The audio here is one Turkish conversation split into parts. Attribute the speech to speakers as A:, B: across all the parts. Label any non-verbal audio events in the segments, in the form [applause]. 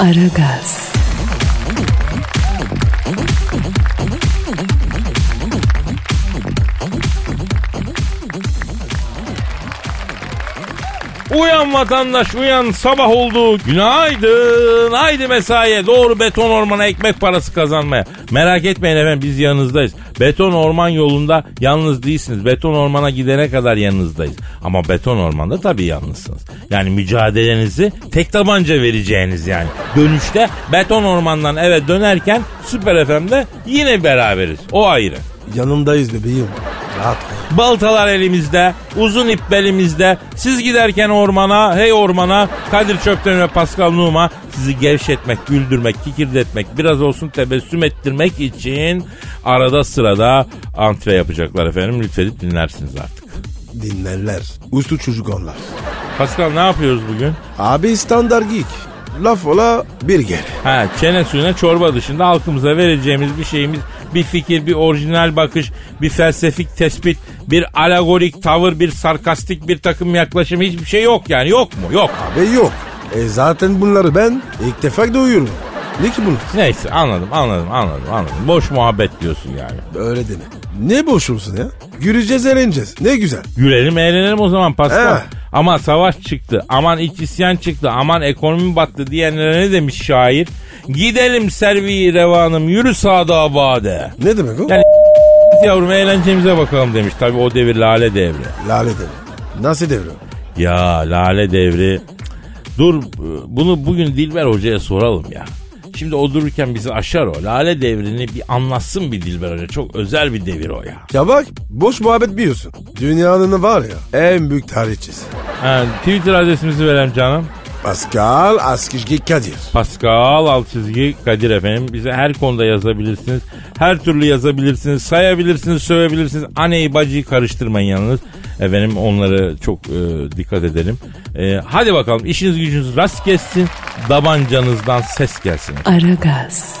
A: Aragaz,
B: Uyan vatandaş uyan sabah oldu günaydın haydi mesaiye doğru beton ormana ekmek parası kazanmaya merak etmeyin efendim biz yanınızdayız beton orman yolunda yalnız değilsiniz beton ormana gidene kadar yanınızdayız ama beton ormanda tabii yalnızsınız yani mücadelenizi tek tabanca vereceğiniz yani dönüşte beton ormandan eve dönerken Süper FM'de yine beraberiz o ayrı.
C: Yanındayız bebeğim. Rahat ol.
B: Baltalar elimizde, uzun ip belimizde. Siz giderken ormana, hey ormana, Kadir Çöpten ve Pascal Numa sizi gevşetmek, güldürmek, kikirdetmek, biraz olsun tebessüm ettirmek için arada sırada antre yapacaklar efendim. Lütfedip dinlersiniz artık.
C: Dinlerler. Uslu çocuk onlar.
B: Pascal ne yapıyoruz bugün?
C: Abi standart geek. Laf ola bir gel.
B: Ha, çene suyuna çorba dışında halkımıza vereceğimiz bir şeyimiz, bir fikir, bir orijinal bakış, bir felsefik tespit, bir alagorik tavır, bir sarkastik bir takım yaklaşım hiçbir şey yok yani yok mu? Yok.
C: Ve yok. E zaten bunları ben ilk defa duyuyorum. Ne ki bunlar?
B: Neyse anladım anladım anladım anladım. Boş muhabbet diyorsun yani.
C: Öyle deme. Ne boş olsun ya? Güleceğiz eğleneceğiz. Ne güzel.
B: Gülelim eğlenelim o zaman Pascal.
C: He.
B: Ama savaş çıktı, aman iç isyan çıktı, aman ekonomi battı diyenlere ne demiş şair? Gidelim servi revanım yürü sağda abade.
C: Ne demek o?
B: Yani [laughs] yavrum eğlencemize bakalım demiş. Tabi o devir lale devri.
C: Lale devri. Nasıl devri?
B: Ya lale devri. Dur bunu bugün Dilber Hoca'ya soralım ya. Şimdi o dururken bizi aşar o. Lale devrini bir anlatsın bir Dilber Hoca. Çok özel bir devir o ya.
C: Ya bak boş muhabbet biliyorsun. Dünyanın var ya en büyük tarihçisi.
B: Ha, Twitter adresimizi verelim canım.
C: Pascal Askizgi Kadir.
B: Pascal alt çizgi Kadir efendim. Bize her konuda yazabilirsiniz. Her türlü yazabilirsiniz. Sayabilirsiniz, sövebilirsiniz. Aneyi bacıyı karıştırmayın yalnız. Efendim onlara çok e, dikkat edelim. E, hadi bakalım işiniz gücünüz rast gelsin. Dabancanızdan ses gelsin.
A: Aragaz,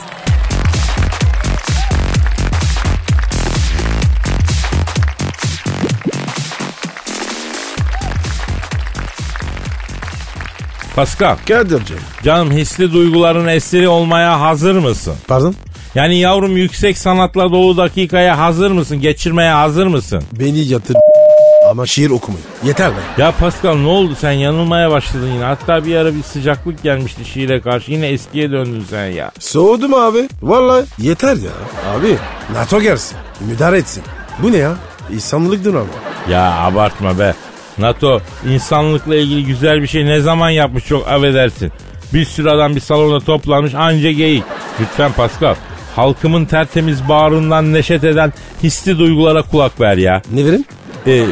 B: Pascal
C: Kadir'cim.
B: canım hisli duyguların esiri olmaya hazır mısın?
C: Pardon?
B: Yani yavrum yüksek sanatla dolu dakikaya hazır mısın? Geçirmeye hazır mısın?
C: Beni yatır [laughs] ama şiir okumayın. Yeter be.
B: Ya Pascal ne oldu sen yanılmaya başladın yine. Hatta bir ara bir sıcaklık gelmişti şiire karşı. Yine eskiye döndün sen ya.
C: Soğudum abi. Vallahi yeter ya. Abi NATO gelsin. Müdahale etsin. Bu ne ya? İnsanlık dramı.
B: Ya abartma be. NATO insanlıkla ilgili güzel bir şey ne zaman yapmış çok affedersin. Bir sürü adam bir salonda toplanmış anca geyik. Lütfen Pascal halkımın tertemiz bağrından neşet eden hisli duygulara kulak ver ya.
C: Ne verin?
B: Ee,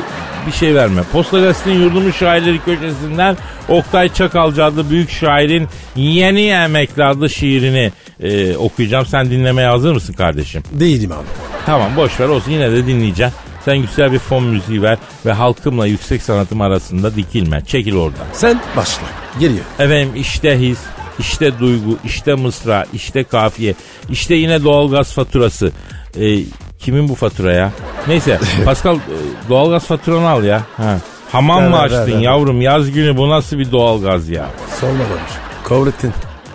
B: bir şey verme. Posta Gazetesi'nin yurdumun şairleri köşesinden Oktay Çakalcı adlı büyük şairin Yeni Emekli adlı şiirini e, okuyacağım. Sen dinlemeye hazır mısın kardeşim?
C: Değilim abi.
B: Tamam boş ver olsun yine de dinleyeceğim. Sen güzel bir fon müziği ver ve halkımla yüksek sanatım arasında dikilme. Çekil oradan.
C: Sen başla. Geliyor.
B: Efendim işte his, işte duygu, işte mısra, işte kafiye, işte yine doğalgaz faturası. Ee, kimin bu fatura ya?
C: [laughs]
B: Neyse Pascal e, doğalgaz faturanı al ya. Ha. Hamam
C: Ver,
B: mı
C: ver,
B: açtın
C: ver, ver.
B: yavrum yaz günü bu nasıl bir doğalgaz ya?
C: Sorma varmış. Kavrettin.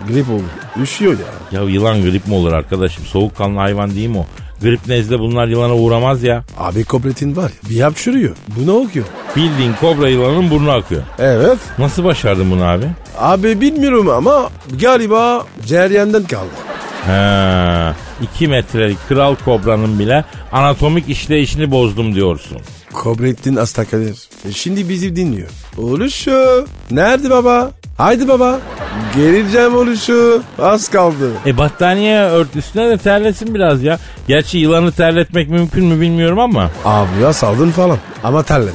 C: Grip oldu. Üşüyor ya.
B: Ya yılan grip mi olur arkadaşım? Soğukkanlı hayvan değil mi o? Grip nezle bunlar yılana uğramaz ya.
C: Abi Kobrettin var ya. Bir hapşırıyor. Bu ne okuyor?
B: Bildiğin kobra yılanın burnu akıyor.
C: Evet.
B: Nasıl başardın bunu abi?
C: Abi bilmiyorum ama galiba ceryenden kaldı.
B: Ha, 2 metrelik kral kobranın bile anatomik işleyişini bozdum diyorsun.
C: Kobrettin Astakadir. E Şimdi bizi dinliyor. Oluşu. Nerede baba? Haydi baba. Geleceğim oluşu. Az kaldı.
B: E battaniye ört üstüne de terlesin biraz ya. Gerçi yılanı terletmek mümkün mü bilmiyorum ama.
C: Abi ya saldın falan. Ama terledim.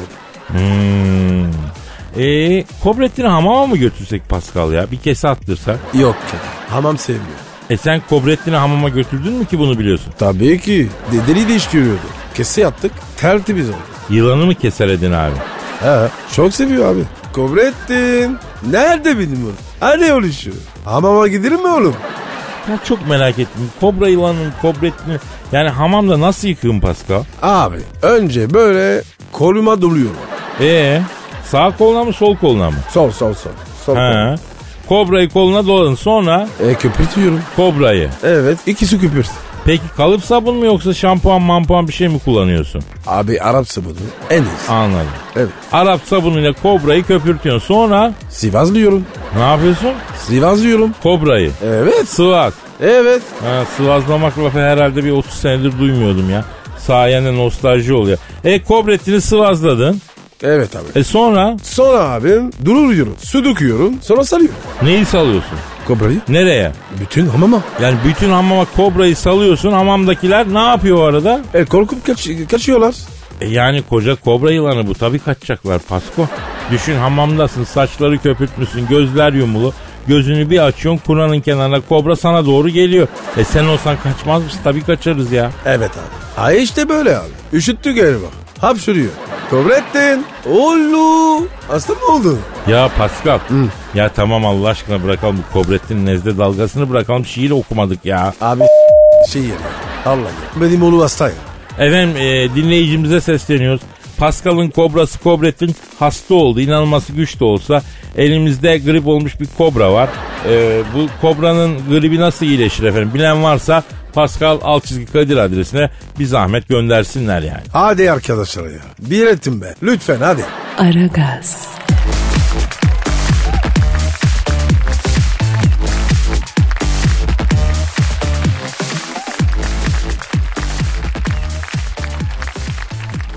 B: Hmm. Ee, Kobrettin'i hamama mı götürsek Pascal ya? Bir kese attırsak.
C: Yok Kadir. Hamam sevmiyor.
B: E sen Kobrettin'i hamama götürdün mü ki bunu biliyorsun?
C: Tabii ki. Dedeli de iş görüyordu. Kese yaptık. Tertemiz oldu.
B: Yılanı mı keseledin abi?
C: He. Çok seviyor abi. Kobrettin. Nerede benim oğlum? Hadi oluşu. Hamama gidilir mi oğlum?
B: Ya çok merak ettim. Kobra yılanın Kobrettin'i yani hamamda nasıl yıkayım Pascal?
C: Abi önce böyle koluma doluyorum.
B: Ee, sağ koluna mı sol koluna mı?
C: Sol sol sol. Sol.
B: He. Kobrayı koluna doladın sonra
C: kol. E köpürtüyorum.
B: kobrayı.
C: Evet ikisi köpürt.
B: Peki kalıp sabun mu yoksa şampuan mampuan bir şey mi kullanıyorsun?
C: Abi Arap sabunu en iyisi.
B: Anladım.
C: Evet.
B: Arap sabunuyla kobrayı köpürtüyorsun. Sonra
C: Sivaslıyorum.
B: ne yapıyorsun?
C: Sivaslıyorum.
B: Kobrayı.
C: Evet.
B: Sıvaz.
C: Evet.
B: Ha, sıvazlamak lafı herhalde bir 30 senedir duymuyordum ya. Sayende nostalji oluyor. E kobretini sıvazladın.
C: Evet abi.
B: E sonra
C: Sonra abim duruyorum. Su döküyorum. Sonra salıyorum.
B: neyi salıyorsun?
C: Kobrayı.
B: Nereye?
C: Bütün hamama.
B: Yani bütün hamama kobrayı salıyorsun. Hamamdakiler ne yapıyor o arada?
C: E korkup kaç- kaçıyorlar.
B: E yani koca kobra yılanı bu. Tabii kaçacaklar Pasko. Düşün hamamdasın. Saçları köpürtmüşsün. Gözler yumulu. Gözünü bir açıyorsun. Kur'an'ın kenarına kobra sana doğru geliyor. E sen olsan kaçmaz mısın? Tabii kaçarız ya.
C: Evet abi. Ay işte böyle abi. Üşüttü galiba. Hapşırıyor. Kobrettin. Oğlum. Hasta mı oldun?
B: Ya Pascal. Ya tamam Allah aşkına bırakalım bu Kobrettin nezle dalgasını bırakalım. Şiir okumadık ya.
C: Abi şey yerim. Allah ya. Benim oğlum hastayım.
B: Efendim e, dinleyicimize sesleniyoruz. Pascal'ın kobrası Kobrettin hasta oldu. İnanılması güç de olsa elimizde grip olmuş bir kobra var. E, bu kobranın gribi nasıl iyileşir efendim? Bilen varsa Pascal alt çizgi Kadir adresine bir zahmet göndersinler yani.
C: Hadi arkadaşlar ya. Bir etin be. Lütfen hadi.
A: Aragaz,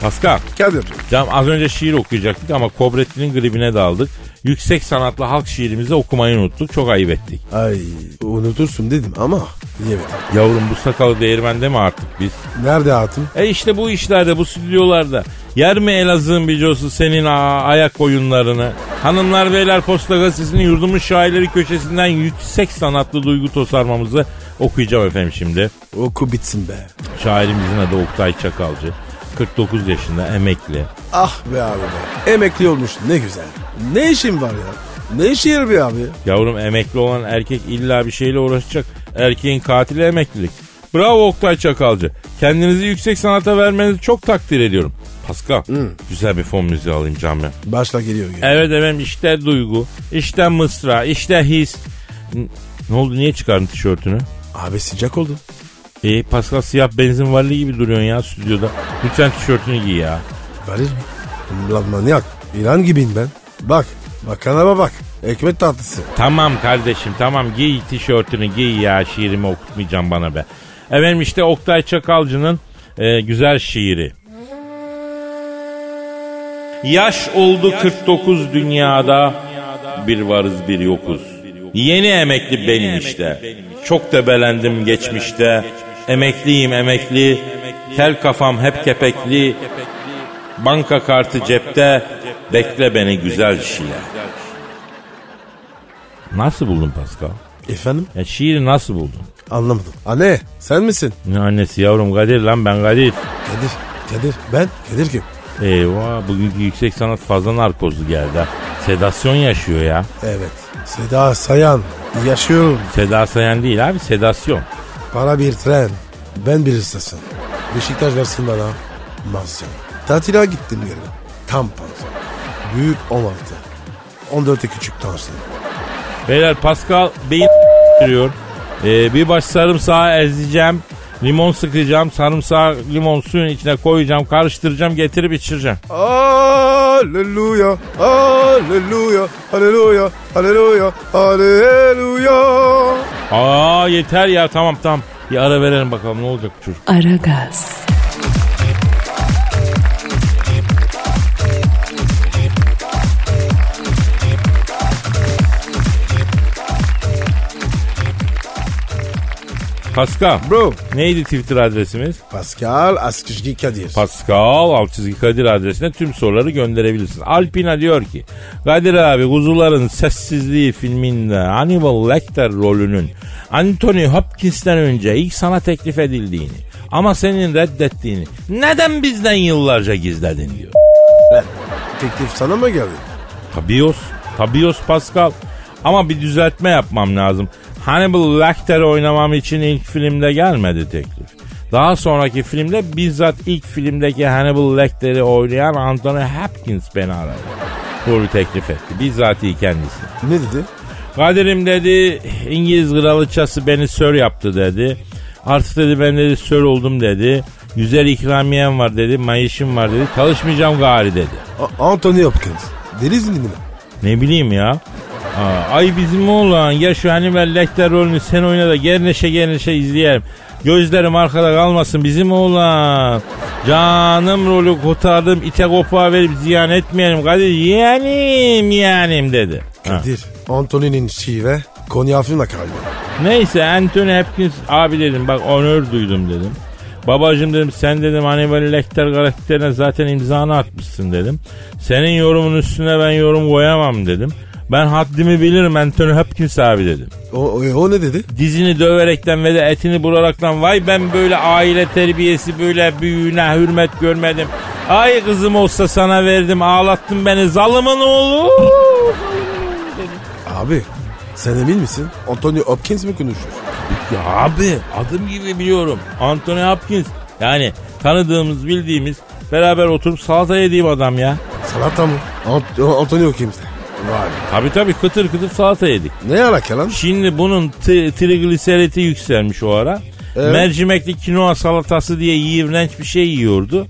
B: Pascal,
C: Kadir.
B: canım az önce şiir okuyacaktık ama Kobrettin'in gribine daldık. Yüksek sanatlı halk şiirimizi okumayı unuttuk. Çok ayıp ettik.
C: Ay unutursun dedim ama yemedim.
B: Yavrum bu sakalı değirmende mi artık biz?
C: Nerede hatun?
B: E işte bu işlerde bu stüdyolarda yer mi Elazığ'ın bicosu senin aa, ayak oyunlarını? Hanımlar beyler posta gazetesinin yurdumun şairleri köşesinden yüksek sanatlı duygu tosarmamızı okuyacağım efendim şimdi.
C: Oku bitsin be.
B: Şairimizin adı Oktay Çakalcı. 49 yaşında emekli.
C: Ah be abi be. Emekli olmuş ne güzel. Ne işin var ya? Ne şiir be abi?
B: Yavrum emekli olan erkek illa bir şeyle uğraşacak. Erkeğin katili emeklilik. Bravo Oktay Çakalcı. Kendinizi yüksek sanata vermenizi çok takdir ediyorum. Pascal güzel bir fon müziği alayım canım ya.
C: Başla geliyor. gene.
B: Evet efendim işte duygu, işte mısra, işte his. N- Ne oldu niye çıkardın tişörtünü?
C: Abi sıcak oldu.
B: E Pascal siyah benzin varlığı gibi duruyorsun ya stüdyoda. Lütfen tişörtünü giy ya.
C: Verir mi? Lan manyak. İlan gibiyim ben. Bak. Bakanama bak. Ekmek tatlısı.
B: Tamam kardeşim tamam giy tişörtünü giy ya şiirimi okutmayacağım bana be. Efendim işte Oktay Çakalcı'nın e, güzel şiiri. Yaş oldu 49 dünyada bir varız bir yokuz. Yeni emekli benim işte. Çok tebelendim geçmişte. Emekliyim emekli. Tel kafam hep kepekli. Banka kartı cepte. Bekle beni güzel şiir. Nasıl buldun Pascal?
C: Efendim?
B: Ya şiiri nasıl buldun?
C: Anlamadım. Anne sen misin?
B: Ne annesi yavrum Kadir lan ben Kadir.
C: Kadir. Kadir. Ben. Kadir kim?
B: Eyvah bugünkü yüksek sanat fazla narkozlu geldi ha. Sedasyon yaşıyor ya.
C: Evet. Seda Sayan. Yaşıyorum.
B: Seda Sayan değil abi sedasyon.
C: Para bir tren. Ben bir istasın. Beşiktaş versin bana. Mansiyon. Tatile gittim geri. Tam pansiyon. Büyük 16. 14'e küçük tansiyon.
B: Beyler Pascal beyin [laughs] sürüyor. Ee, bir baş sarımsağı ezeceğim. Limon sıkacağım. Sarımsağı limon suyun içine koyacağım. Karıştıracağım getirip içireceğim.
C: Aleluya, aleluya, aleluya, aleluya, aleluya.
B: Aa yeter ya tamam tamam. Bir ara verelim bakalım ne olacak bu çocuk.
A: Aragaz,
B: Pascal.
C: Bro.
B: Neydi Twitter adresimiz?
C: Pascal Askışgi Kadir.
B: Pascal alt çizgi Kadir adresine tüm soruları gönderebilirsin. Alpina diyor ki Kadir abi kuzuların sessizliği filminde Hannibal Lecter rolünün Anthony Hopkins'ten önce ilk sana teklif edildiğini ama senin reddettiğini neden bizden yıllarca gizledin diyor.
C: Lan, Teklif sana mı geldi?
B: Tabios. Tabios Pascal. Ama bir düzeltme yapmam lazım. Hannibal Lecter'ı oynamam için ilk filmde gelmedi teklif. Daha sonraki filmde bizzat ilk filmdeki Hannibal Lecter'ı oynayan Anthony Hopkins beni aradı. Bunu teklif etti. Bizzat iyi kendisi.
C: Ne dedi?
B: Kadir'im dedi İngiliz kralıçası beni sör yaptı dedi. Artık dedi ben dedi sör oldum dedi. Güzel ikramiyem var dedi. Mayışım var dedi. Çalışmayacağım gari dedi.
C: A- Anthony Hopkins. Denizli mi?
B: Ne bileyim ya. Aa, ay bizim oğlan ya şu Hannibal Lecter rolünü sen oyna da gerneşe gerneşe izleyelim. Gözlerim arkada kalmasın bizim oğlan. Canım rolü kurtardım ite kopuğa verip ziyan etmeyelim. Kadir yeğenim yeğenim dedi. Ha.
C: Kadir. Anthony'nin şive Konya Afrin'le kaldı.
B: Neyse Anthony Hopkins abi dedim bak onör duydum dedim. Babacım dedim sen dedim hani böyle Lecter karakterine zaten imzanı atmışsın dedim. Senin yorumun üstüne ben yorum koyamam dedim. Ben haddimi bilirim Anthony Hopkins abi dedim.
C: O, o, o ne dedi?
B: Dizini döverekten ve de etini buraraktan vay ben böyle aile terbiyesi böyle büyüğüne hürmet görmedim. Ay kızım olsa sana verdim ağlattın beni zalımın oğlu.
C: Abi sen emin misin? Anthony Hopkins mi konuşuyor?
B: Ya abi adım gibi biliyorum. Anthony Hopkins. Yani tanıdığımız bildiğimiz beraber oturup salata yediğim adam ya.
C: Salata mı? Ant- Anthony Hopkins. Vay.
B: Tabi tabi kıtır kıtır salata yedik.
C: Ne alaka lan?
B: Şimdi bunun t- trigliseriti yükselmiş o ara.
C: Evet.
B: Mercimekli kinoa salatası diye iğrenç bir şey yiyordu.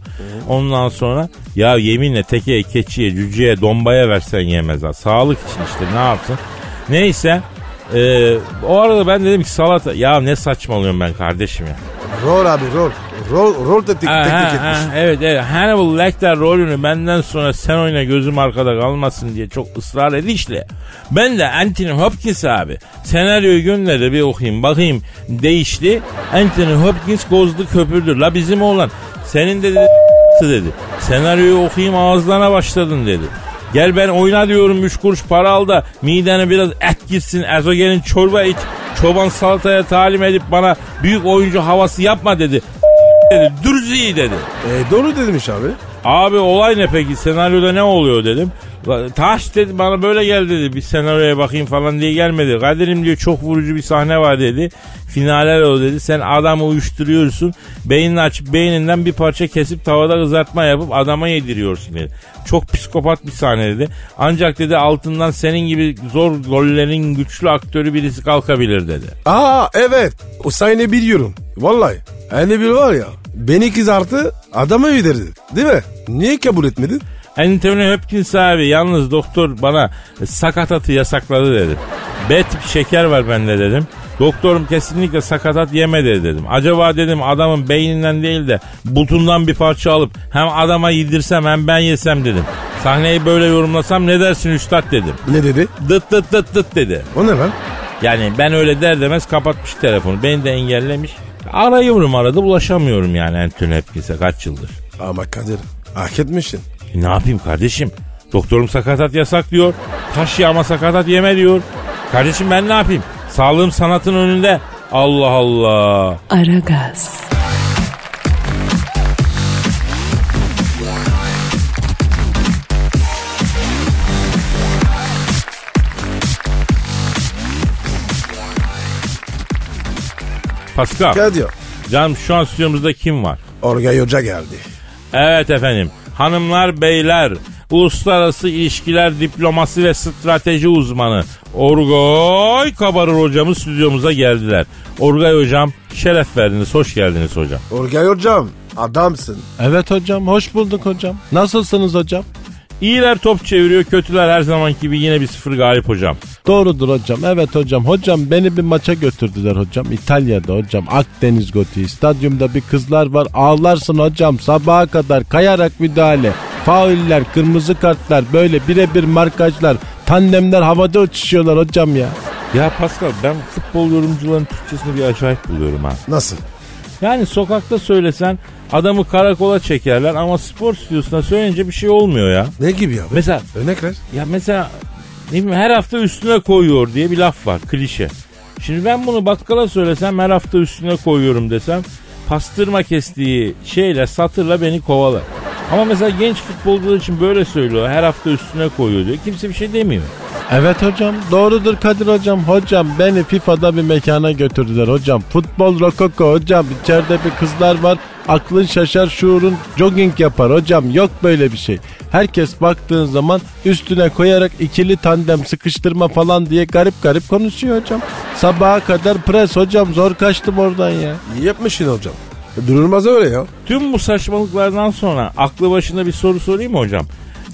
B: Ondan sonra ya yeminle tekeye, keçiye, cüceye, dombaya versen yemez ha. Sağlık için işte ne yapsın. Neyse e, o arada ben dedim ki salata ya ne saçmalıyorum ben kardeşim ya.
C: Rol abi rol. Rol, rol da tek,
B: Ha,
C: teknik
B: ha,
C: etmiş.
B: ha, evet evet. Hannibal Lecter rolünü benden sonra sen oyna gözüm arkada kalmasın diye çok ısrar edişle. Ben de Anthony Hopkins abi senaryoyu gönderdi bir okuyayım bakayım değişti. Anthony Hopkins gozdu köpürdü. La bizim oğlan senin dedi dedi. Senaryoyu okuyayım ağızlarına başladın dedi. Gel ben oyna diyorum üç kuruş para al da midene biraz et gitsin ezogelin çorba iç. Çoban salataya talim edip bana büyük oyuncu havası yapma dedi dedi. Dürzi dedi.
C: E, doğru demiş abi.
B: Abi olay ne peki? Senaryoda ne oluyor dedim. La- Taş dedi bana böyle gel dedi. Bir senaryoya bakayım falan diye gelmedi. Kadir'im diyor çok vurucu bir sahne var dedi. Finale o dedi. Sen adamı uyuşturuyorsun. Beynini açıp beyninden bir parça kesip tavada kızartma yapıp adama yediriyorsun dedi. Çok psikopat bir sahne dedi. Ancak dedi altından senin gibi zor gollerin güçlü aktörü birisi kalkabilir dedi.
C: Aa evet. O sahne biliyorum. Vallahi. Hani bir var ya. Beni kızarttı adama öderdi. Değil mi? Niye kabul etmedin?
B: Anthony Hopkins abi yalnız doktor bana sakatatı yasakladı dedi. B tip şeker var bende dedim. Doktorum kesinlikle sakatat yeme dedi dedim. Acaba dedim adamın beyninden değil de butundan bir parça alıp hem adama yedirsem hem ben yesem dedim. Sahneyi böyle yorumlasam ne dersin üstad dedim.
C: Ne dedi?
B: Dıt dıt dıt dıt dedi.
C: O ne lan?
B: Yani ben öyle der demez kapatmış telefonu. Beni de engellemiş. Arıyorum arada ulaşamıyorum yani Anthony Hopkins'e kaç yıldır.
C: Ama Kadir hak etmişsin.
B: E Ne yapayım kardeşim? Doktorum sakatat yasak diyor. Taş yağma sakatat yeme diyor. Kardeşim ben ne yapayım? Sağlığım sanatın önünde. Allah Allah.
A: Aragaz.
B: Pascal.
C: Kadir.
B: Canım şu an stüdyomuzda kim var?
C: Orgay Hoca geldi.
B: Evet efendim. Hanımlar, beyler. Uluslararası ilişkiler, diplomasi ve strateji uzmanı Orgay Kabarır hocamız stüdyomuza geldiler. Orgay hocam şeref verdiniz. Hoş geldiniz hocam.
C: Orgay Hocam adamsın.
D: Evet hocam hoş bulduk hocam. Nasılsınız hocam?
B: İyiler top çeviriyor, kötüler her zamanki gibi yine bir sıfır galip hocam.
D: Doğrudur hocam. Evet hocam. Hocam beni bir maça götürdüler hocam. İtalya'da hocam. Akdeniz Gotiği. Stadyumda bir kızlar var. Ağlarsın hocam. Sabaha kadar kayarak müdahale. Fauller, kırmızı kartlar, böyle birebir markajlar, tandemler havada uçuşuyorlar hocam ya.
B: Ya Pascal ben futbol yorumcuların Türkçesini bir acayip buluyorum ha.
C: Nasıl?
B: Yani sokakta söylesen adamı karakola çekerler ama spor stüdyosuna söyleyince bir şey olmuyor ya.
C: Ne gibi abi?
B: Mesela
C: Örnek ver.
B: ya mesela ne bileyim, her hafta üstüne koyuyor diye bir laf var klişe. Şimdi ben bunu bakkala söylesem her hafta üstüne koyuyorum desem pastırma kestiği şeyle satırla beni kovalar. Ama mesela genç futbolcular için böyle söylüyor. Her hafta üstüne koyuyor diyor. Kimse bir şey demiyor.
D: Evet hocam doğrudur Kadir hocam. Hocam beni FIFA'da bir mekana götürdüler hocam. Futbol rokoko hocam. İçeride bir kızlar var. Aklın şaşar şuurun jogging yapar hocam. Yok böyle bir şey. Herkes baktığın zaman üstüne koyarak ikili tandem sıkıştırma falan diye garip garip konuşuyor hocam. Sabaha kadar pres hocam zor kaçtım oradan ya.
C: İyi yapmışsın hocam. E, Durulmaz öyle ya.
B: Tüm bu saçmalıklardan sonra aklı başında bir soru sorayım mı hocam?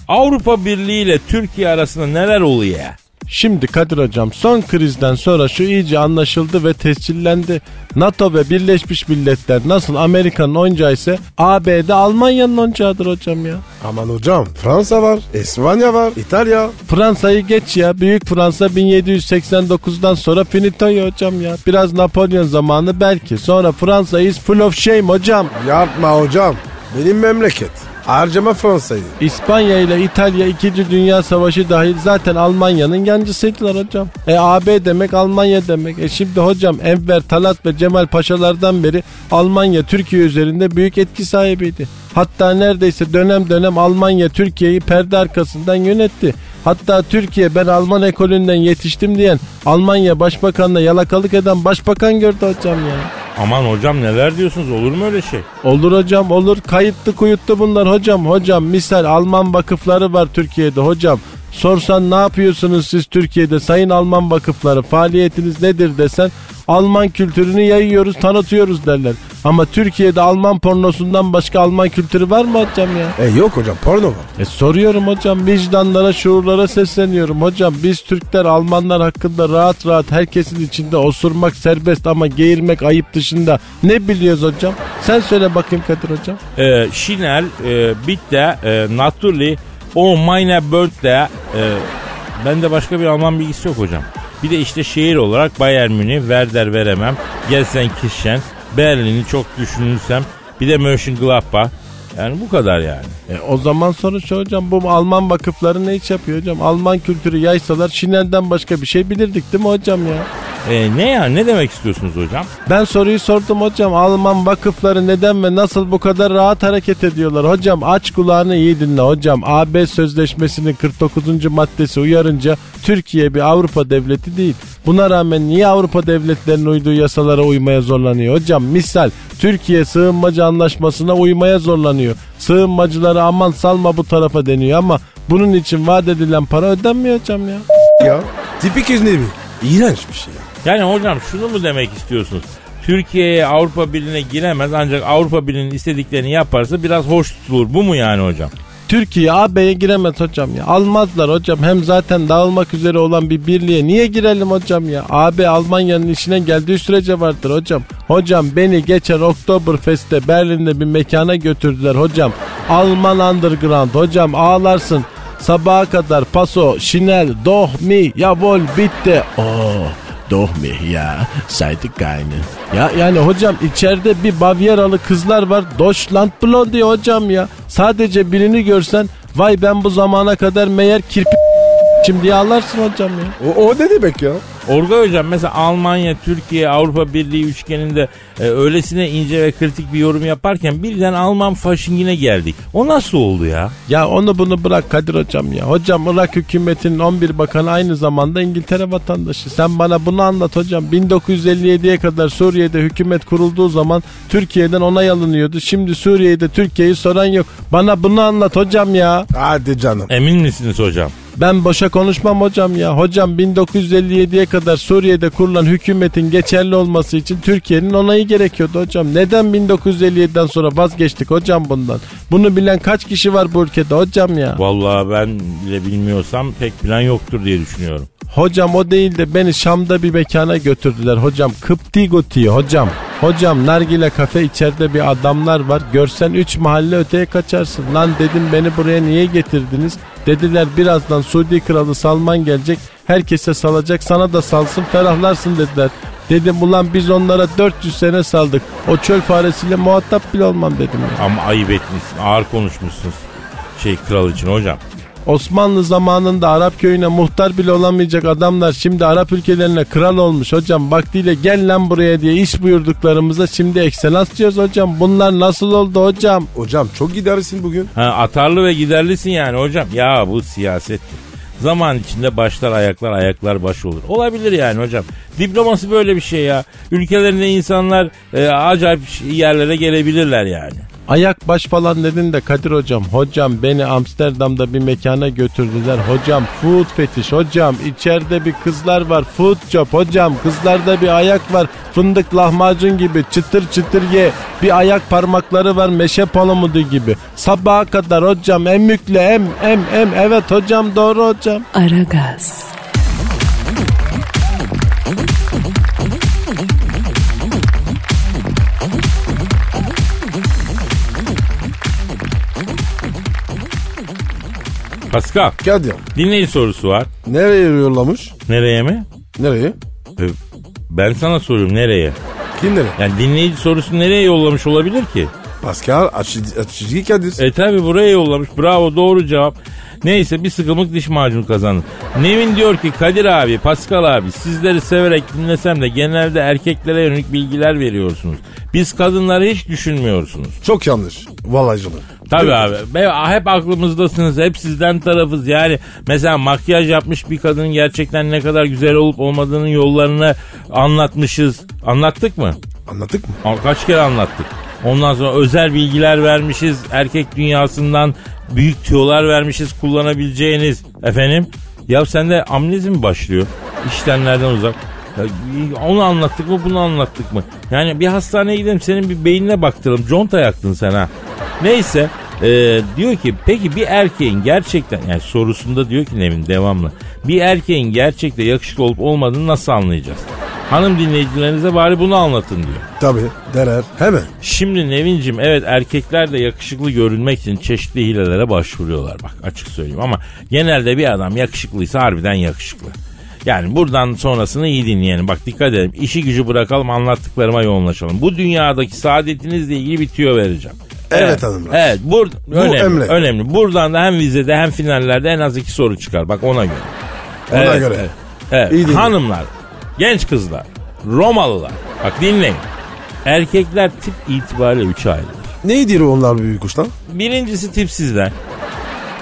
B: Avrupa Birliği ile Türkiye arasında neler oluyor?
D: Şimdi Kadir hocam son krizden sonra şu iyice anlaşıldı ve tescillendi. NATO ve Birleşmiş Milletler nasıl Amerika'nın oncağı ise ABD Almanya'nın oncağıdır hocam ya.
C: Aman hocam Fransa var, İspanya var, İtalya.
D: Fransa'yı geç ya. Büyük Fransa 1789'dan sonra finitoy hocam ya. Biraz Napolyon zamanı belki. Sonra Fransa is full of shame hocam.
C: Yapma hocam. Benim memleket. Harcama Fransa'yı.
D: İspanya ile İtalya 2. Dünya Savaşı dahil zaten Almanya'nın yancısıydılar hocam. E AB demek Almanya demek. E şimdi hocam Enver Talat ve Cemal Paşalardan beri Almanya Türkiye üzerinde büyük etki sahibiydi. Hatta neredeyse dönem dönem Almanya Türkiye'yi perde arkasından yönetti. Hatta Türkiye ben Alman ekolünden yetiştim diyen Almanya Başbakan'la yalakalık eden başbakan gördü hocam ya.
B: Aman hocam neler diyorsunuz olur mu öyle şey?
D: Olur hocam olur. Kayıtlı kuyutlu bunlar hocam. Hocam misal Alman vakıfları var Türkiye'de hocam. Sorsan ne yapıyorsunuz siz Türkiye'de sayın Alman vakıfları faaliyetiniz nedir desen Alman kültürünü yayıyoruz tanıtıyoruz derler. Ama Türkiye'de Alman pornosundan başka Alman kültürü var mı hocam ya?
C: E yok hocam porno var.
D: E soruyorum hocam vicdanlara şuurlara sesleniyorum hocam biz Türkler Almanlar hakkında rahat rahat herkesin içinde osurmak serbest ama geğirmek ayıp dışında ne biliyoruz hocam? Sen söyle bakayım Kadir hocam.
B: Ee, Şinel, e, Bitte, e, Naturli, O Meine Börte. E, ben de başka bir Alman bilgisi yok hocam. Bir de işte şehir olarak Bayern Münih, Werder veremem, Gelsen Kirchen, Berlin'i çok düşünürsem, bir de Mönchengladbach. Yani bu kadar yani.
D: E, o zaman sonuç hocam bu Alman vakıfları ne iş yapıyor hocam? Alman kültürü yaysalar Şinel'den başka bir şey bilirdik değil mi hocam ya?
B: E, ne yani ne demek istiyorsunuz hocam?
D: Ben soruyu sordum hocam. Alman vakıfları neden ve nasıl bu kadar rahat hareket ediyorlar? Hocam aç kulağını iyi dinle hocam. AB Sözleşmesi'nin 49. maddesi uyarınca Türkiye bir Avrupa devleti değil. Buna rağmen niye Avrupa devletlerinin uyduğu yasalara uymaya zorlanıyor? Hocam misal Türkiye sığınmacı anlaşmasına uymaya zorlanıyor. Sığınmacıları aman salma bu tarafa deniyor ama bunun için vaat edilen para ödenmiyor hocam ya.
C: Ya. Tipik ecnebi. İğrenç bir şey ya.
B: Yani hocam şunu mu demek istiyorsunuz? Türkiye'ye Avrupa Birliği'ne giremez ancak Avrupa Birliği'nin istediklerini yaparsa biraz hoş tutulur. Bu mu yani hocam?
D: Türkiye AB'ye giremez hocam ya. Almazlar hocam. Hem zaten dağılmak üzere olan bir birliğe niye girelim hocam ya? AB Almanya'nın işine geldiği sürece vardır hocam. Hocam beni geçen Oktoberfest'te Berlin'de bir mekana götürdüler hocam. Alman underground hocam ağlarsın. Sabaha kadar paso, şinel, doh mi, yavol, bitti. Oh. Doch mich ya seid keine. Ya yani hocam içeride bir Bavyeralı kızlar var. Deutschland Blondie hocam ya. Sadece birini görsen vay ben bu zamana kadar meğer kirpi [laughs] şimdi diye ağlarsın hocam ya.
C: O, o ne demek ya?
B: Orga hocam mesela Almanya, Türkiye, Avrupa Birliği üçgeninde e, öylesine ince ve kritik bir yorum yaparken birden Alman faşingine geldik. O nasıl oldu ya?
D: Ya onu bunu bırak Kadir hocam ya. Hocam Irak hükümetinin 11 bakanı aynı zamanda İngiltere vatandaşı. Sen bana bunu anlat hocam. 1957'ye kadar Suriye'de hükümet kurulduğu zaman Türkiye'den onay alınıyordu. Şimdi Suriye'de Türkiye'yi soran yok. Bana bunu anlat hocam ya.
C: Hadi canım.
B: Emin misiniz hocam?
D: Ben boşa konuşmam hocam ya. Hocam 1957'ye kadar Suriye'de kurulan hükümetin geçerli olması için Türkiye'nin onayı gerekiyordu hocam. Neden 1957'den sonra vazgeçtik hocam bundan? Bunu bilen kaç kişi var bu ülkede hocam ya?
B: Vallahi ben bile bilmiyorsam pek plan yoktur diye düşünüyorum.
D: Hocam o değil de beni Şam'da bir mekana götürdüler hocam. Kıpti gotiye hocam. Hocam nargile kafe içeride bir adamlar var. Görsen üç mahalle öteye kaçarsın. Lan dedim beni buraya niye getirdiniz? Dediler birazdan Suudi Kralı Salman gelecek. Herkese salacak sana da salsın ferahlarsın dediler. Dedim ulan biz onlara 400 sene saldık. O çöl faresiyle muhatap bile olmam dedim. ya.
B: Ama ayıp etmişsin. Ağır konuşmuşsun. Şey kral için hocam.
D: Osmanlı zamanında Arap köyüne muhtar bile olamayacak adamlar şimdi Arap ülkelerine kral olmuş hocam. Vaktiyle gel lan buraya diye iş buyurduklarımıza şimdi ekselans diyoruz hocam. Bunlar nasıl oldu hocam?
C: Hocam çok gidersin bugün.
B: Ha, atarlı ve giderlisin yani hocam. Ya bu siyaset. Zaman içinde başlar ayaklar, ayaklar baş olur. Olabilir yani hocam. Diplomasi böyle bir şey ya. Ülkelerinde insanlar e, acayip ş- yerlere gelebilirler yani.
D: Ayak baş falan dedin de Kadir hocam. Hocam beni Amsterdam'da bir mekana götürdüler. Hocam food fetiş hocam. içeride bir kızlar var. Food job hocam. Kızlarda bir ayak var. Fındık lahmacun gibi çıtır çıtır ye. Bir ayak parmakları var meşe palamudu gibi. Sabaha kadar hocam emmükle em em em. Evet hocam doğru hocam.
A: Aragaz.
B: Pascal,
C: Kadir
B: dinleyici sorusu var.
C: nereye yollamış?
B: Nereye mi?
C: Nereye?
B: E, Ben sana soruyorum nereye?
C: Kim nereye?
B: Yani dinleyici sorusu nereye yollamış olabilir ki?
C: Pascal Açı- Açıcı Kadir.
B: E tabi buraya yollamış. Bravo doğru cevap. Neyse bir sıkımlık diş macunu kazandım. Nevin diyor ki Kadir abi, Pascal abi sizleri severek dinlesem de genelde erkeklere yönelik bilgiler veriyorsunuz. Biz kadınları hiç düşünmüyorsunuz.
C: Çok yanlış. Vallahi canım.
B: Tabii abi. Be- Hep aklımızdasınız. Hep sizden tarafız. Yani mesela makyaj yapmış bir kadının gerçekten ne kadar güzel olup olmadığının yollarını anlatmışız. Anlattık mı?
C: Anlattık mı?
B: Ama kaç kere anlattık. Ondan sonra özel bilgiler vermişiz. Erkek dünyasından büyük tüyolar vermişiz kullanabileceğiniz. Efendim? Ya sende amnezi mi başlıyor? İşlemlerden uzak. Ya, onu anlattık mı bunu anlattık mı? Yani bir hastaneye gidelim senin bir beynine baktıralım. Conta yaktın sen ha. Neyse. e, diyor ki peki bir erkeğin gerçekten yani sorusunda diyor ki Nevin devamlı. Bir erkeğin gerçekte yakışıklı olup olmadığını nasıl anlayacağız? Hanım dinleyicilerinize bari bunu anlatın diyor.
C: Tabii. Derer. Hemen.
B: Şimdi Nevin'cim evet erkekler de yakışıklı görünmek için çeşitli hilelere başvuruyorlar bak açık söyleyeyim ama genelde bir adam yakışıklıysa harbiden yakışıklı. Yani buradan sonrasını iyi dinleyelim. Bak dikkat edelim. işi gücü bırakalım anlattıklarıma yoğunlaşalım. Bu dünyadaki saadetinizle ilgili bir tüyo vereceğim.
C: Evet hanımlar.
B: Evet. Bur Bu önemli,
C: önemli.
B: önemli. Buradan da hem vizede hem finallerde en az iki soru çıkar. Bak ona göre.
C: Ona
B: Evet,
C: göre.
B: evet. Evet,
C: İyi dinle.
B: hanımlar, genç kızlar, Romalılar. Bak dinleyin. Erkekler tip itibariyle üç ayrılır.
C: Neydir onlar büyük kuştan?
B: Birincisi tipsizler.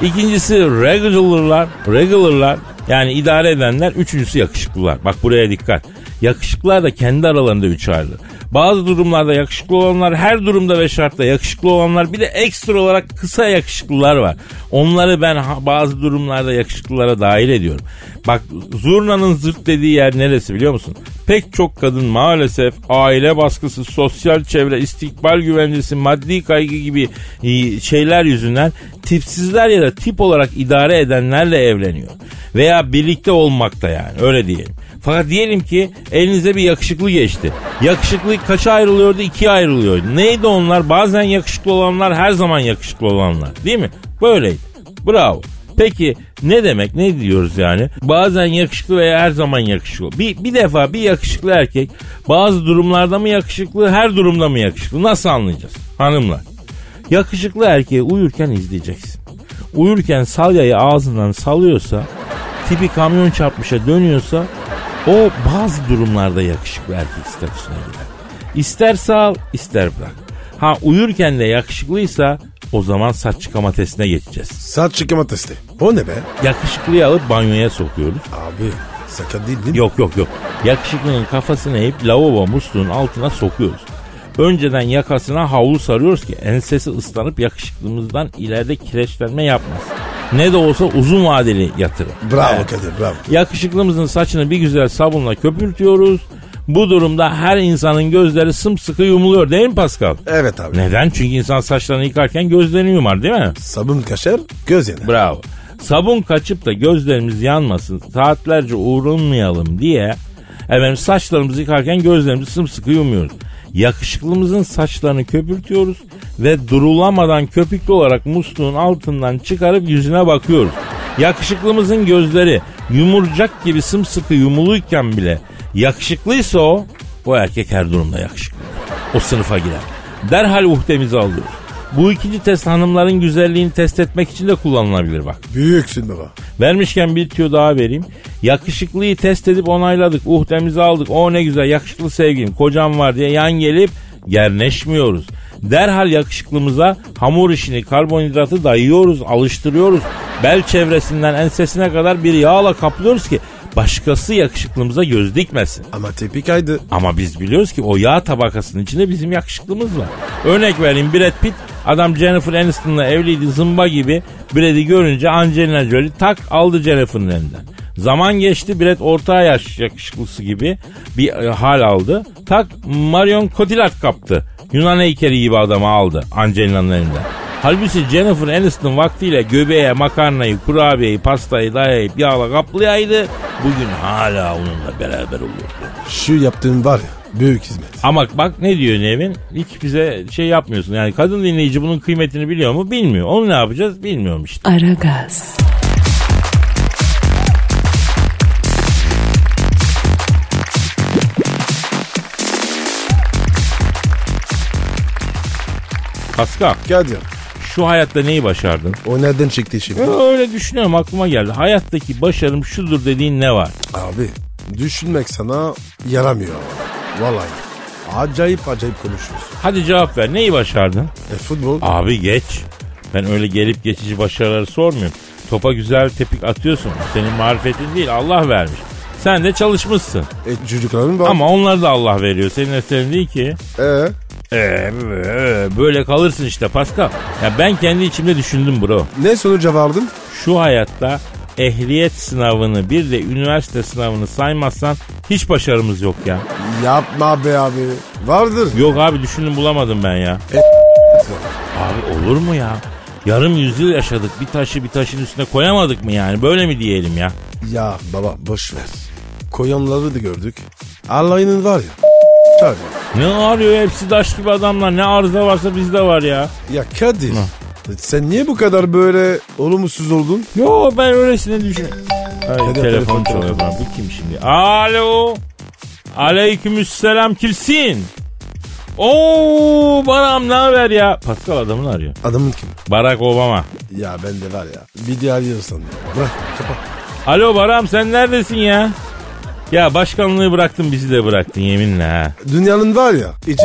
B: İkincisi regularlar, regularlar yani idare edenler. Üçüncüsü yakışıklılar. Bak buraya dikkat. Yakışıklılar da kendi aralarında üç ayrılır. Bazı durumlarda yakışıklı olanlar her durumda ve şartta yakışıklı olanlar bir de ekstra olarak kısa yakışıklılar var. Onları ben ha- bazı durumlarda yakışıklılara dahil ediyorum. Bak zurnanın zırt dediği yer neresi biliyor musun? Pek çok kadın maalesef aile baskısı, sosyal çevre, istikbal güvencesi, maddi kaygı gibi e, şeyler yüzünden tipsizler ya da tip olarak idare edenlerle evleniyor. Veya birlikte olmakta yani öyle diyelim. Fakat diyelim ki elinize bir yakışıklı geçti. Yakışıklı kaça ayrılıyordu? İkiye ayrılıyordu. Neydi onlar? Bazen yakışıklı olanlar her zaman yakışıklı olanlar. Değil mi? Böyleydi. Bravo. Peki ne demek ne diyoruz yani? Bazen yakışıklı veya her zaman yakışıklı. Bir, bir defa bir yakışıklı erkek bazı durumlarda mı yakışıklı her durumda mı yakışıklı? Nasıl anlayacağız hanımlar? Yakışıklı erkeği uyurken izleyeceksin. Uyurken salyayı ağzından salıyorsa tipi kamyon çarpmışa dönüyorsa o bazı durumlarda yakışıklı erkek statüsüne girer. İster sağ ister bırak. Ha uyurken de yakışıklıysa o zaman saç çıkama testine geçeceğiz.
C: Saat çıkama testi. O ne be?
B: Yakışıklıyı alıp banyoya sokuyoruz.
C: Abi sakat değil değil mi?
B: Yok yok yok. Yakışıklının kafasını eğip lavabo musluğunun altına sokuyoruz. Önceden yakasına havlu sarıyoruz ki ensesi ıslanıp yakışıklımızdan ileride kireçlenme yapmasın. Ne de olsa uzun vadeli yatırım.
C: Bravo
B: Evet.
C: Kadir bravo.
B: Yakışıklımızın saçını bir güzel sabunla köpürtüyoruz. Bu durumda her insanın gözleri sımsıkı yumuluyor değil mi Pascal?
C: Evet abi.
B: Neden? Çünkü insan saçlarını yıkarken gözlerini yumar değil mi?
C: Sabun kaşar göz yener.
B: Bravo. Sabun kaçıp da gözlerimiz yanmasın, saatlerce uğranmayalım diye efendim saçlarımızı yıkarken gözlerimizi sımsıkı yumuyoruz. Yakışıklımızın saçlarını köpürtüyoruz ve durulamadan köpüklü olarak musluğun altından çıkarıp yüzüne bakıyoruz. Yakışıklımızın gözleri yumurcak gibi sımsıkı yumuluyken bile yakışıklıysa o, o erkek her durumda yakışıklı. O sınıfa girer. Derhal uhdemizi alıyoruz. Bu ikinci test hanımların güzelliğini test etmek için de kullanılabilir bak.
C: Büyüksün baba.
B: Vermişken bir tüyo daha vereyim. Yakışıklıyı test edip onayladık. Uhdemizi aldık. O ne güzel yakışıklı sevgilim kocam var diye yan gelip yerleşmiyoruz. Derhal yakışıklımıza hamur işini karbonhidratı dayıyoruz, alıştırıyoruz. Bel çevresinden ensesine kadar bir yağla kaplıyoruz ki başkası yakışıklımıza göz dikmesin.
C: Ama tepi kaydı.
B: Ama biz biliyoruz ki o yağ tabakasının içinde bizim yakışıklımız var. Örnek vereyim Brad Pitt adam Jennifer Aniston'la evliydi zımba gibi. Brad'i görünce Angelina Jolie tak aldı Jennifer'ın elinden. Zaman geçti Brad orta yaş yakışıklısı gibi bir e, hal aldı. Tak Marion Cotillard kaptı. Yunan heykeli gibi adamı aldı Angelina'nın elinden. Halbuki Jennifer Aniston vaktiyle göbeğe makarnayı, kurabiyeyi, pastayı dayayıp yağla kaplayaydı. Bugün hala onunla beraber olurdu.
C: Şu yaptığın var ya büyük hizmet.
B: Ama bak ne diyor Nevin? Hiç bize şey yapmıyorsun. Yani kadın dinleyici bunun kıymetini biliyor mu? Bilmiyor. Onu ne yapacağız? Bilmiyorum işte.
A: Aragaz,
B: Paskal
C: Kadir
B: şu hayatta neyi başardın?
C: o nereden çıktı şimdi?
B: Ya Öyle düşünüyorum aklıma geldi. Hayattaki başarım şudur dediğin ne var?
C: Abi düşünmek sana yaramıyor. Vallahi acayip acayip konuşuyorsun.
B: Hadi cevap ver. Neyi başardın?
C: E futbol
B: Abi geç. Ben öyle gelip geçici başarıları sormuyorum. Topa güzel tepik atıyorsun. Senin marifetin değil Allah vermiş. Sen de çalışmışsın.
C: e, çocukların var.
B: Ama onları da Allah veriyor. Senin eserin değil ki.
C: E,
B: Ee, böyle kalırsın işte Pascal. Ya ben kendi içimde düşündüm bro.
C: ne sonuca vardın?
B: Şu hayatta ehliyet sınavını bir de üniversite sınavını saymazsan hiç başarımız yok ya.
C: Yapma be abi. Vardır.
B: Yok abi düşündüm bulamadım ben ya. Abi olur mu ya? Yarım yüzyıl yaşadık bir taşı bir taşın üstüne koyamadık mı yani böyle mi diyelim ya?
C: Ya baba boş ver. Koyanları da gördük. Allah'ın var ya. Tabii.
B: Ne arıyor hepsi taş gibi adamlar ne arıza varsa bizde var ya.
C: Ya Kadir. Sen niye bu kadar böyle olumsuz oldun?
B: Yo ben öylesine düşün. Ay,
C: Hadi
B: telefon
C: telefon
B: çalıyor bana. Bu kim şimdi? Alo. Aleykümselam kimsin? Oo Baram ne haber ya? Pascal adamını arıyor.
C: Adamın kim?
B: Barack Obama.
C: Ya bende var ya. Bir diğer yıl sandım. Bırak kapa.
B: Alo Baram sen neredesin ya? Ya başkanlığı bıraktın bizi de bıraktın yeminle ha.
C: Dünyanın var ya. Iç...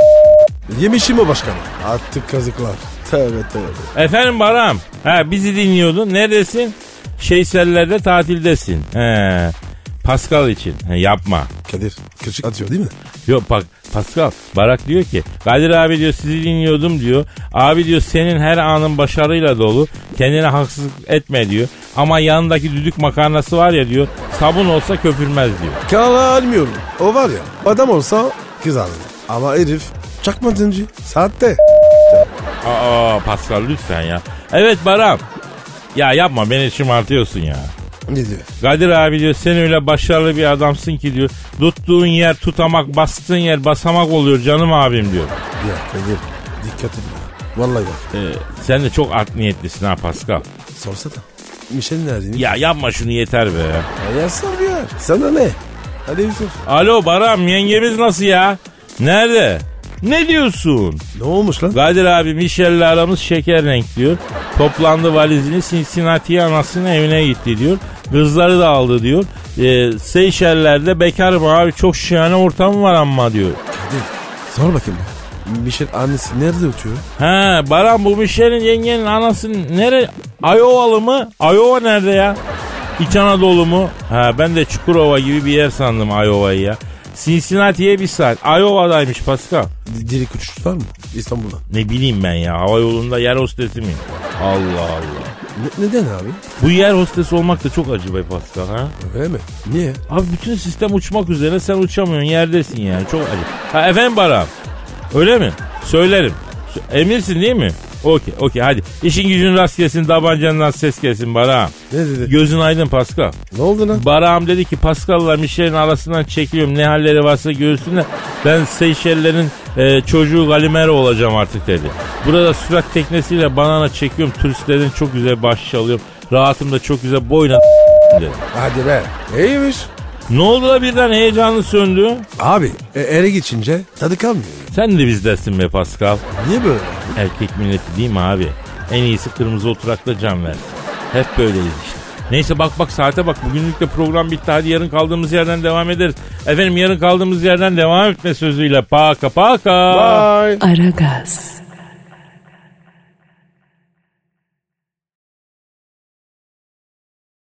C: Yemişim o başkanı. Artık kazıklar. Tövbe tövbe.
B: Efendim Baram. Ha bizi dinliyordun. Neredesin? Şeysellerde tatildesin. He. Pascal için. He, yapma.
C: Kadir kırışık atıyor değil mi?
B: Yok bak Pascal Barak diyor ki Kadir abi diyor sizi dinliyordum diyor. Abi diyor senin her anın başarıyla dolu. Kendine haksızlık etme diyor. Ama yanındaki düdük makarnası var ya diyor. Sabun olsa köpürmez diyor.
C: Kala almıyorum. O var ya. Adam olsa kızardı. Ama herif çakma zinci. Saatte.
B: Aa Pascal lütfen ya. Evet Barak. Ya yapma beni şımartıyorsun ya.
C: Ne diyor?
B: Kadir abi diyor sen öyle başarılı bir adamsın ki diyor. Tuttuğun yer tutamak bastığın yer basamak oluyor canım abim diyor.
C: Ya Kadir dikkat et. Vallahi bak.
B: Ee, sen de çok art niyetlisin ha Pascal.
C: Sorsa da. Mişel nerede?
B: Ya yapma şunu yeter be.
C: Ya, ya sor ya. Sana ne? Hadi bir sor.
B: Alo Baram yengemiz nasıl ya? Nerede? Ne diyorsun?
C: Ne olmuş lan?
B: Kadir abi Michelle'le aramız şeker renk diyor. Toplandı valizini Cincinnati'ye anasının evine gitti diyor. Kızları da aldı diyor. Ee, Seyşeller'de bekarım abi çok şahane ortam var ama diyor.
C: Kadir sor bakayım. be. Mişel annesi nerede ötüyor?
B: Ha Baran bu Michelle'in yengenin anası nere? Iowalı mı? Iowa nerede ya? İç Anadolu mu? Ha ben de Çukurova gibi bir yer sandım Iowa'yı ya. Cincinnati'ye bir saat. Iowa'daymış Pascal.
C: D- Direkt uçuş var mı? İstanbul'dan.
B: Ne bileyim ben ya hava yolunda yer hostesi miyim? Allah Allah.
C: Ne- neden abi?
B: Bu yer hostesi olmak da çok acı be Pascal ha.
C: Öyle mi? Niye?
B: Abi bütün sistem uçmak üzere sen uçamıyorsun yerdesin yani çok acı. Ha efendim Baran öyle mi? Söylerim. Sö- Eminsin değil mi? Okey okey hadi. İşin gücün rast gelsin tabancandan ses gelsin Baran.
C: Ne dedi?
B: Gözün aydın Pascal.
C: ne oldu lan?
B: Baram dedi ki Pascal'la Michel'in arasından çekiliyorum. Ne halleri varsa göğsünle. Ben Seyşeller'in e, çocuğu Galimero olacağım artık dedi. Burada sürat teknesiyle banana çekiyorum. Turistlerden çok güzel bahşiş alıyorum. Rahatım da çok güzel boyuna dedi.
C: Hadi be. İyiymiş.
B: Ne oldu da birden heyecanı söndü?
C: Abi e, ere geçince tadı kalmıyor.
B: Sen de bizdesin be Pascal.
C: Niye böyle?
B: Erkek milleti değil mi abi? En iyisi kırmızı oturakta can versin. Hep böyleyiz işte. Neyse bak bak saate bak bugünlük de program bitti hadi yarın kaldığımız yerden devam ederiz. Efendim yarın kaldığımız yerden devam etme sözüyle paka paka.
C: Bye.
A: Aragaz.